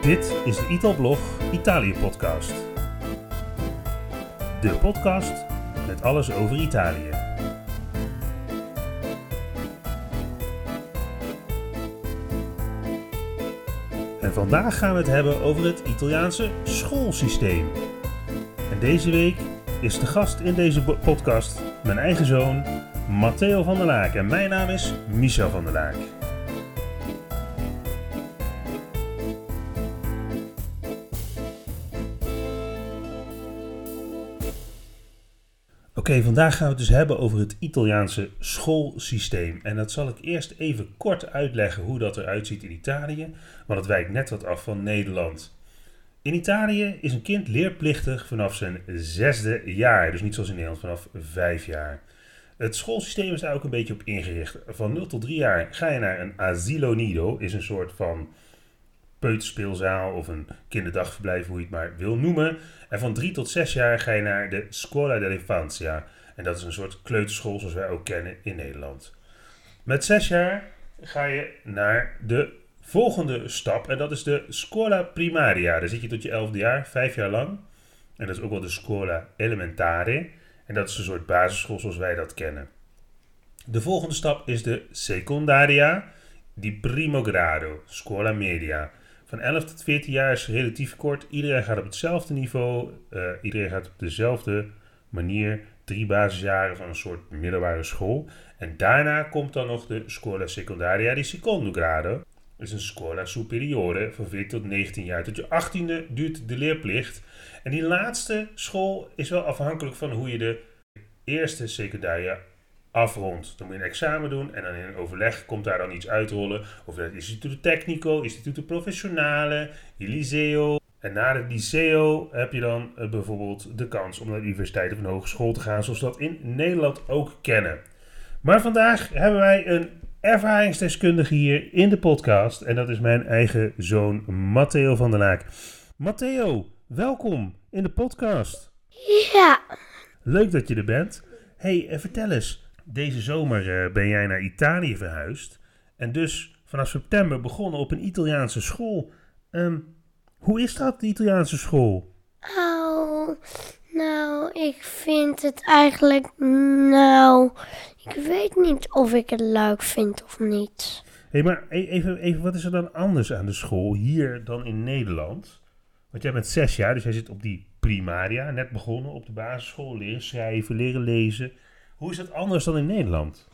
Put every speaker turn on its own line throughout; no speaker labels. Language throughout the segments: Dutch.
Dit is de Italblog Italië podcast. De podcast met alles over Italië. En vandaag gaan we het hebben over het Italiaanse schoolsysteem. En deze week is de gast in deze bo- podcast mijn eigen zoon Matteo van der Laak. En mijn naam is Michel van der Laak. Oké, vandaag gaan we het dus hebben over het Italiaanse schoolsysteem. En dat zal ik eerst even kort uitleggen hoe dat eruit ziet in Italië, want het wijkt net wat af van Nederland. In Italië is een kind leerplichtig vanaf zijn zesde jaar, dus niet zoals in Nederland vanaf vijf jaar. Het schoolsysteem is daar ook een beetje op ingericht. Van 0 tot 3 jaar ga je naar een asilo nido, is een soort van peuterspeelzaal of een kinderdagverblijf, hoe je het maar wil noemen. En van drie tot zes jaar ga je naar de Scuola dell'Infanzia. En dat is een soort kleuterschool zoals wij ook kennen in Nederland. Met zes jaar ga je naar de volgende stap en dat is de Scuola Primaria. Daar zit je tot je elfde jaar, vijf jaar lang. En dat is ook wel de Scuola Elementare. En dat is een soort basisschool zoals wij dat kennen. De volgende stap is de Secundaria di Primo Grado, Scuola Media. Van 11 tot 14 jaar is relatief kort. Iedereen gaat op hetzelfde niveau. eh, iedereen gaat op dezelfde manier. Drie basisjaren van een soort middelbare school. En daarna komt dan nog de Scuola Secundaria di Secondo Grado. Dat is een Scuola Superiore van 14 tot 19 jaar. Tot je 18e duurt de leerplicht. En die laatste school is wel afhankelijk van hoe je de eerste secundaria afrondt. Dan moet je een examen doen en dan in een overleg komt daar dan iets uitrollen. Of dat Instituto Tecnico, Instituto Professionale, je Liceo. En na het Liceo heb je dan eh, bijvoorbeeld de kans om naar de universiteit of een hogeschool te gaan, zoals we dat in Nederland ook kennen. Maar vandaag hebben wij een ervaringsdeskundige hier in de podcast. En dat is mijn eigen zoon Matteo van der Laak. Matteo, welkom in de podcast.
Ja,
Leuk dat je er bent. hey, eh, vertel eens. Deze zomer eh, ben jij naar Italië verhuisd. En dus vanaf september begonnen op een Italiaanse school. Ehm, hoe is dat, de Italiaanse school?
oh, nou, ik vind het eigenlijk, nou, ik weet niet of ik het leuk vind of niet.
hey, maar e- even, even, wat is er dan anders aan de school hier dan in Nederland? Want jij bent zes jaar, dus jij zit op die primaria, net begonnen op de basisschool, leren schrijven, leren lezen. Hoe is dat anders dan in Nederland?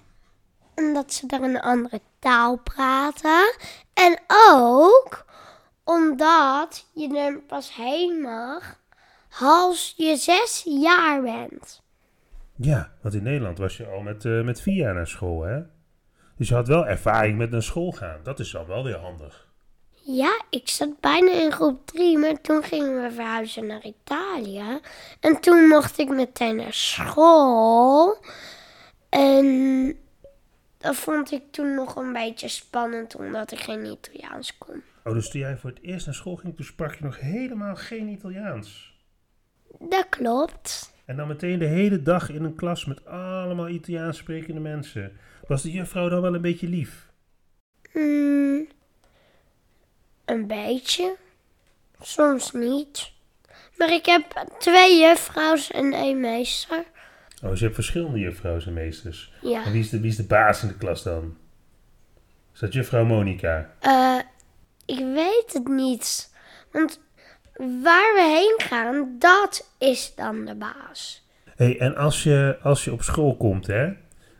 Omdat ze daar een andere taal praten. En ook omdat je er pas heen mag als je zes jaar bent.
Ja, want in Nederland was je al met, eh, met vier jaar naar school, hè? Dus je had wel ervaring met naar school gaan. Dat is dan wel weer handig.
Ja, ik zat bijna in groep 3, maar toen gingen we verhuizen naar Italië. En toen mocht ik meteen naar school. En dat vond ik toen nog een beetje spannend, omdat ik geen Italiaans kon.
Oh, dus toen jij voor het eerst naar school ging, toen sprak je nog helemaal geen Italiaans.
Dat klopt.
En dan meteen de hele dag in een klas met allemaal Italiaans sprekende mensen. Was de juffrouw dan wel een beetje lief?
Mm, een beetje. Soms niet. Maar ik heb twee juffrouws en één meester.
Oh, ze hebt verschillende juffrouwen en meesters.
Ja.
En wie is, de, wie is de baas in de klas dan? Is dat juffrouw Monica?
Eh, ik weet het niet. Want waar we heen gaan, dat is dan de baas.
Hé, hey, en als je, als je op school komt, hè?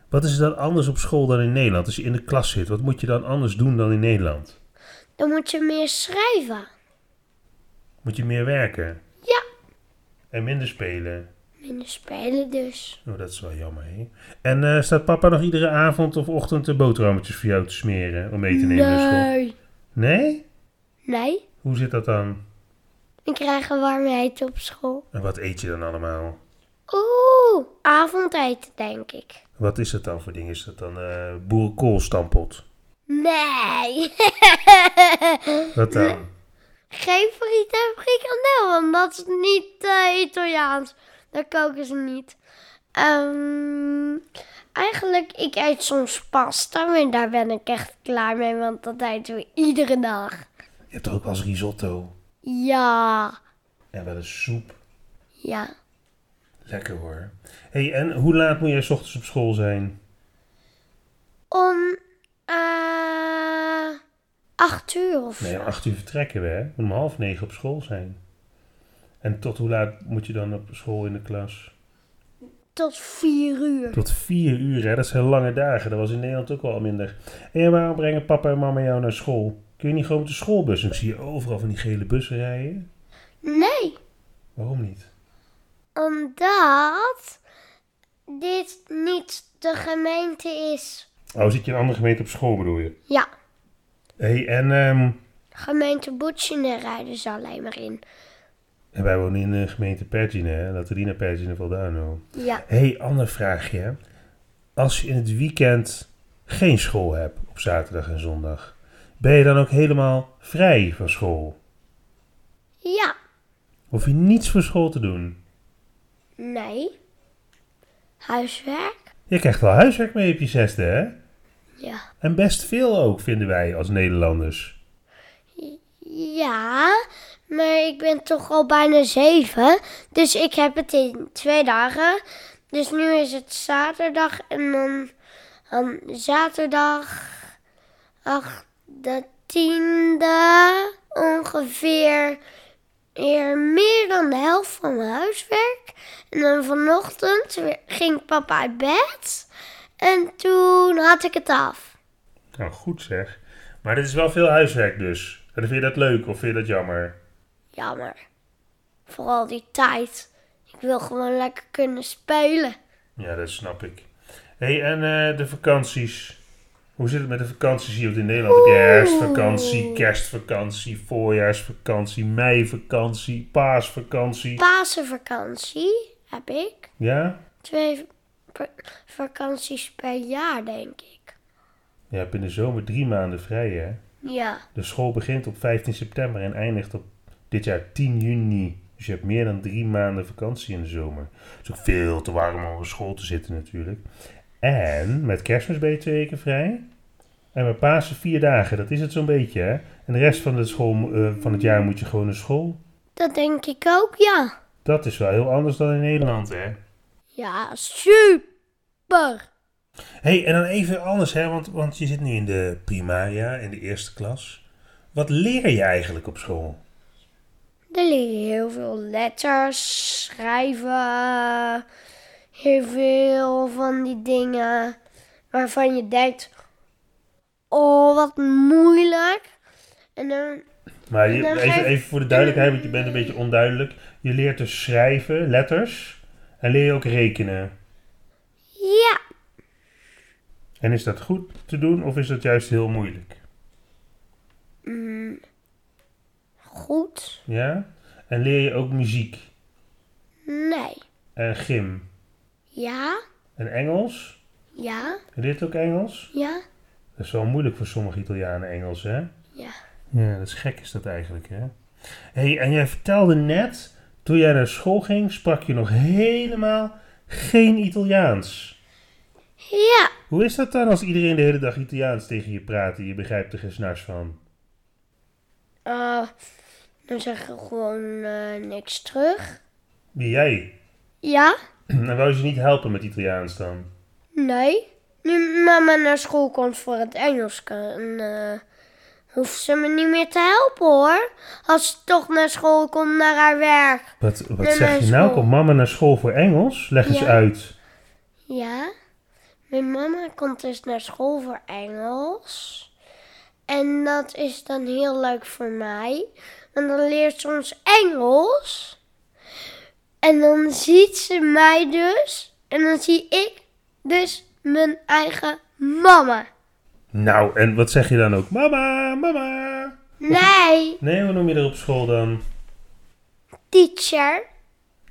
Wat is er dan anders op school dan in Nederland? Als je in de klas zit, wat moet je dan anders doen dan in Nederland?
Dan moet je meer schrijven.
Moet je meer werken
Ja,
en minder spelen?
minder spelen dus.
Oh, dat is wel jammer, hè? En eh, staat papa nog iedere avond of ochtend de boterhammetjes voor jou te smeren om mee te nemen naar school?
Nee.
Nee?
Nee,
Hoe zit dat dan?
we krijgen warm eten op school.
En wat eet je dan allemaal?
Oeh, avondeten denk ik.
Wat is dat dan voor ding? Is dat dan eh boerenkoolstampot?
Nee,
Wat dan?
geen friet en frikandel, want dat is niet eh, Italiaans. Dat koken ze niet. Ehm, eigenlijk, ik eet soms pasta, maar daar ben ik echt klaar mee, want dat eten we iedere dag.
Je hebt ook wel eens risotto
Ja.
en wel eens soep.
Ja.
Lekker hoor. hey, en hoe laat moet jij 's ochtends op school zijn?
Om eh acht uur of
Nee,
zo.
om acht uur vertrekken we, hè? We moeten Om half negen op school zijn. En tot hoe laat moet je dan op school in de klas?
tot vier uur.
Tot vier uur, hè? Dat zijn lange dagen. Dat was in Nederland ook wel minder. En waarom brengen papa en mama jou naar school? Kun je niet gewoon met de schoolbus? Ik zie je overal van die gele bussen rijden.
Nee,
Waarom niet?
omdat dit niet de gemeente is.
Oh, zit je in een andere gemeente op school, bedoel je?
Ja,
hey, en, ehm,
gemeente Boetsjene rijden ze alleen maar in.
en wij wonen in de gemeente Pergine, hè? Laten we die naar Pergine Valdano.
Ja,
Hé, hey, ander vraagje. Als je in het weekend geen school hebt op zaterdag en zondag, ben je dan ook helemaal vrij van school?
ja,
Hoef je niets voor school te doen?
nee. Huiswerk?
Je krijgt wel huiswerk mee op je zesde, hè?
Ja.
En best veel ook, vinden wij als Nederlanders.
Ja, maar ik ben toch al bijna zeven. Dus ik heb het in twee dagen. Dus nu is het zaterdag en dan, dan zaterdag ach, de tiende ongeveer eer meer dan de helft van mijn huiswerk. En dan vanochtend weer- ging papa uit bed en toen had ik het af.
Nou, goed zeg. Maar dit is wel veel huiswerk dus. En vind je dat leuk of vind je dat jammer?
Jammer. Vooral die tijd. Ik wil gewoon lekker kunnen spelen.
Ja, dat snap ik. Hé, hey, en eh, de vakanties? Hoe zit het met de vakanties hier op in Nederland? Heb je herfstvakantie, kerstvakantie, voorjaarsvakantie, meivakantie, paasvakantie?
Pasenvakantie heb ik.
Ja?
Twee per- vakanties per jaar, denk ik.
Je hebt in de zomer drie maanden vrij, hè?
Ja,
De school begint op 15 september en eindigt op dit jaar 10 juni. Dus je hebt meer dan drie maanden vakantie in de zomer. Het is ook veel te warm om op school te zitten natuurlijk. En met kerstmis ben je twee weken vrij. En met Pasen vier dagen, dat is het zo'n beetje hè. En de rest van, de school, eh, van het jaar moet je gewoon naar school.
dat denk ik ook, ja.
Dat is wel heel anders dan in Nederland hè.
Ja, super.
hey, en dan even anders hè, want, want je zit nu in de primaria, in de eerste klas. Wat leer je eigenlijk op school?
Er liggen heel veel letters, schrijven, heel veel van die dingen waarvan je denkt, oh wat moeilijk. En dan,
Maar
En
je,
dan
even,
geef-
even voor de duidelijkheid, want je bent een beetje onduidelijk. Je leert dus schrijven, letters. En leer je ook rekenen.
ja,
En is dat goed te doen of is dat juist heel moeilijk?
goed,
Ja? En leer je ook muziek
nee,
en gym
ja,
en Engels?
ja,
Je leert ook Engels?
ja,
Dat is wel moeilijk voor sommige Italianen Engels, hè?
ja,
Ja, dat is gek is dat eigenlijk, hè? hey, en jij vertelde net, toen jij naar school ging, sprak je nog helemaal geen Italiaans.
ja,
Hoe is dat dan als iedereen de hele dag Italiaans tegen je praat en je begrijpt er geen snars van?
Eh, dan zeg je gewoon eh, niks terug.
Wie jij?
Ja,
En wou je niet helpen met Italiaans dan?
nee, nu mama naar school komt voor het Engels, kan, eh, hoeft ze me niet meer te helpen hoor. Als ze toch naar school komt, naar haar werk.
Wat, wat
Naar
zeg
mijn
je nou?
school.
Komt mama naar school voor Engels? Leg eens
Ja.
uit.
Ja, mijn mama komt dus naar school voor Engels. En dat is dan heel leuk voor mij, want dan leert ze ons Engels. En dan ziet ze mij dus, en dan zie ik dus mijn eigen mama.
Nou, en wat zeg je dan ook? Mama, mama.
Nee,
Nee, hoe noem je er op school dan?
teacher.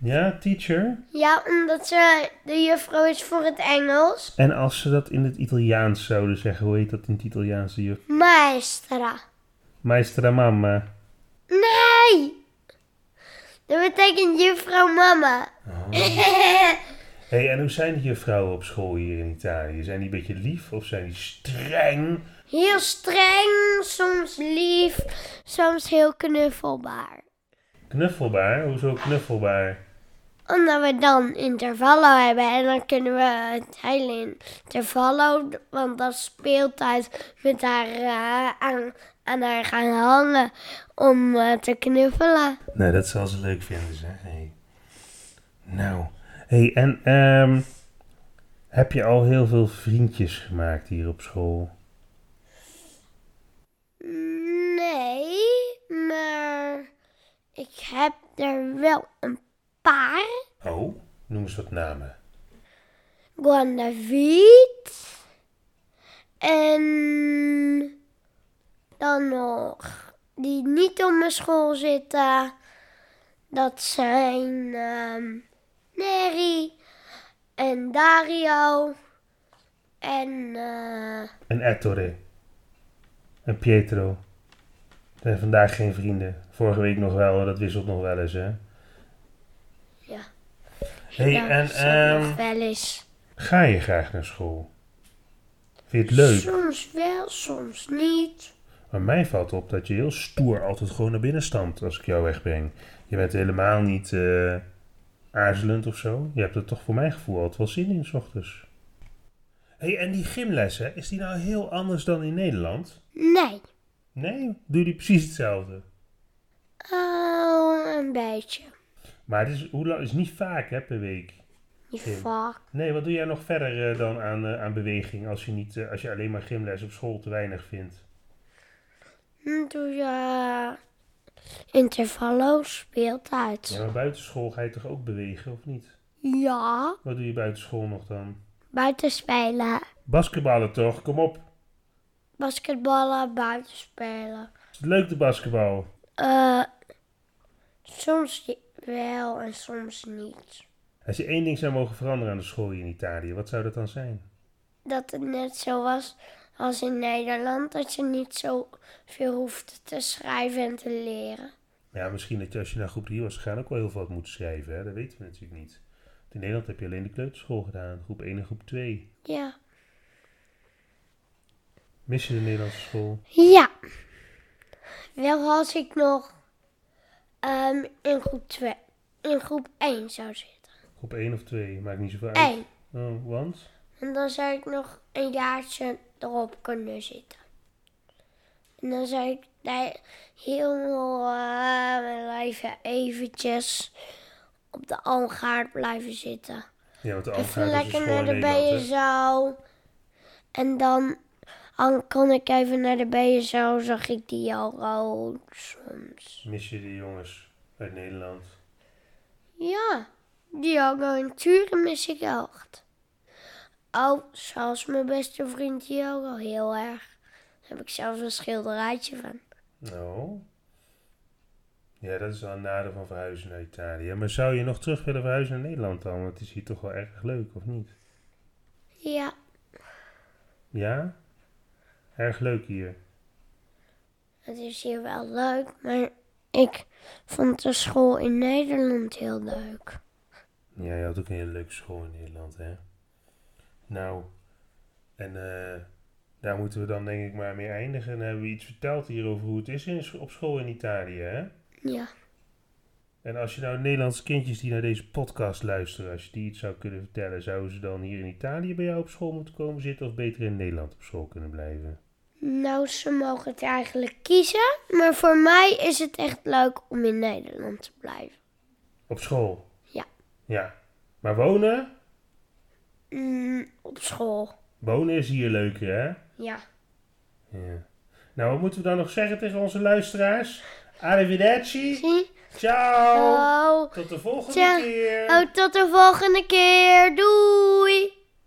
Ja, teacher.
Ja, omdat ze de juffrouw is voor het Engels.
En als ze dat in het Italiaans zouden zeggen, hoe heet dat in het Italiaans? Die juf-
Maestra.
Maestra mamma.
Nee! Dat betekent juffrouw mama.
hey, en hoe zijn de juffrouwen op school hier in Italië? Zijn die een beetje lief of zijn die streng?
heel streng, soms lief, soms heel knuffelbaar.
Knuffelbaar? Hoezo knuffelbaar?
Omdat we dan intervallo hebben en dan kunnen we het hele intervallo, want dan speelt hij met haar eh, aan, aan haar gaan hangen om eh, te knuffelen.
Nee, dat zal ze leuk vinden, zeg. Hey. Nou, hey, en ehm, heb je al heel veel vriendjes gemaakt hier op school?
Nee, maar ik heb er wel een paar.
Oh, noem eens wat namen.
Guandaviet. En dan nog die niet op mijn school zitten. Dat zijn ehm Neri en Dario en eh,
En Ettore. En Pietro. Er zijn vandaag geen vrienden. Vorige week nog wel, dat wisselt nog wel eens, hè?
Ja.
hey, en
ja, nou, dat zijn
ehm,
nog wel eens.
ga je graag naar school? Vind je het leuk?
Soms wel, soms niet.
Maar mij valt op dat je heel stoer altijd gewoon naar binnen stampt als ik jou wegbreng. Je bent helemaal niet eh, aarzelend of zo. Je hebt er toch voor mijn gevoel altijd wel zin in, s ochtends. hey, en die gymles, hè? Is die nou heel anders dan in Nederland?
Nee,
Nee, doe je die precies hetzelfde.
oh, een beetje.
Maar het is, hoe lang, is niet vaak, hè, per week.
Niet
Oké.
vaak.
Nee, wat doe jij nog verder eh, dan aan, eh, aan beweging als je, niet, eh, als je alleen maar gymles op school te weinig vindt?
Dan Hm, doe je eh, intervallo speelt uit.
Ja, maar buitenschool ga je toch ook bewegen, of niet?
Ja,
Wat doe je buitenschool nog dan?
buiten spelen.
Basketballen toch? Kom op.
Basketballen, buiten spelen.
Is het leuk de basketbal?
Eh, soms wel en soms niet.
Als je één ding zou mogen veranderen aan de school hier in Italië, wat zou dat dan zijn?
Dat het net zo was als in Nederland. Dat je niet zo veel hoeft te schrijven en te leren.
Ja, misschien dat je als je naar groep 3 was gegaan ook wel heel veel had moeten schrijven. Hè? Dat weten we natuurlijk niet. Want in Nederland heb je alleen de kleuterschool gedaan, groep 1 en groep 2.
Ja.
Mis je de Nederlandse school?
Ja. Wel als ik nog ehm, in groep 2, in groep 1 zou zitten.
Groep 1 of 2? Maakt niet zoveel uit.
1.
Oh, want?
En dan zou ik nog een jaartje erop kunnen zitten. En dan zou ik daar heel eh, mijn leven eventjes op de Algaard blijven zitten.
Ja, want de
Even
Algaard is een
lekker
school
naar
in
de
Nederland. hè?
BSO. En dan, dan kon ik even naar de BSO, zag ik die al rood soms.
Mis je de jongens uit Nederland?
Ja, die Algo en Turen mis ik echt. Oh, zelfs mijn beste vriend die ook al heel erg. Daar heb ik zelfs een schilderijtje van.
Nou. Ja, dat is wel een nadeel van verhuizen naar Italië. Maar zou je nog terug willen verhuizen naar Nederland dan? Want het is hier toch wel erg leuk, of niet?
Ja,
Ja? Erg leuk hier.
het is hier wel leuk, maar ik vond de school in Nederland heel leuk.
Ja, je had ook een hele leuke school in Nederland, hè? Nou, en eh, daar moeten we dan denk ik maar mee eindigen. Dan hebben we iets verteld hier over hoe het is in, op school in Italië, hè?
Ja,
En als je nou Nederlandse kindjes die naar deze podcast luisteren, als je die iets zou kunnen vertellen, zouden ze dan hier in Italië bij jou op school moeten komen zitten of beter in Nederland op school kunnen blijven?
nou ze mogen het eigenlijk kiezen, maar voor mij is het echt leuk om in Nederland te blijven.
Op school?
Ja.
Ja. Maar wonen?
Mm, op school,
Wonen is hier leuker, hè?
ja.
Ja. Nou, wat moeten we dan nog zeggen tegen onze luisteraars? Arrivederci.
Zie?
Ciao.
Oh.
Tot de volgende
Ciao.
keer.
Oh, tot de volgende keer. Doei!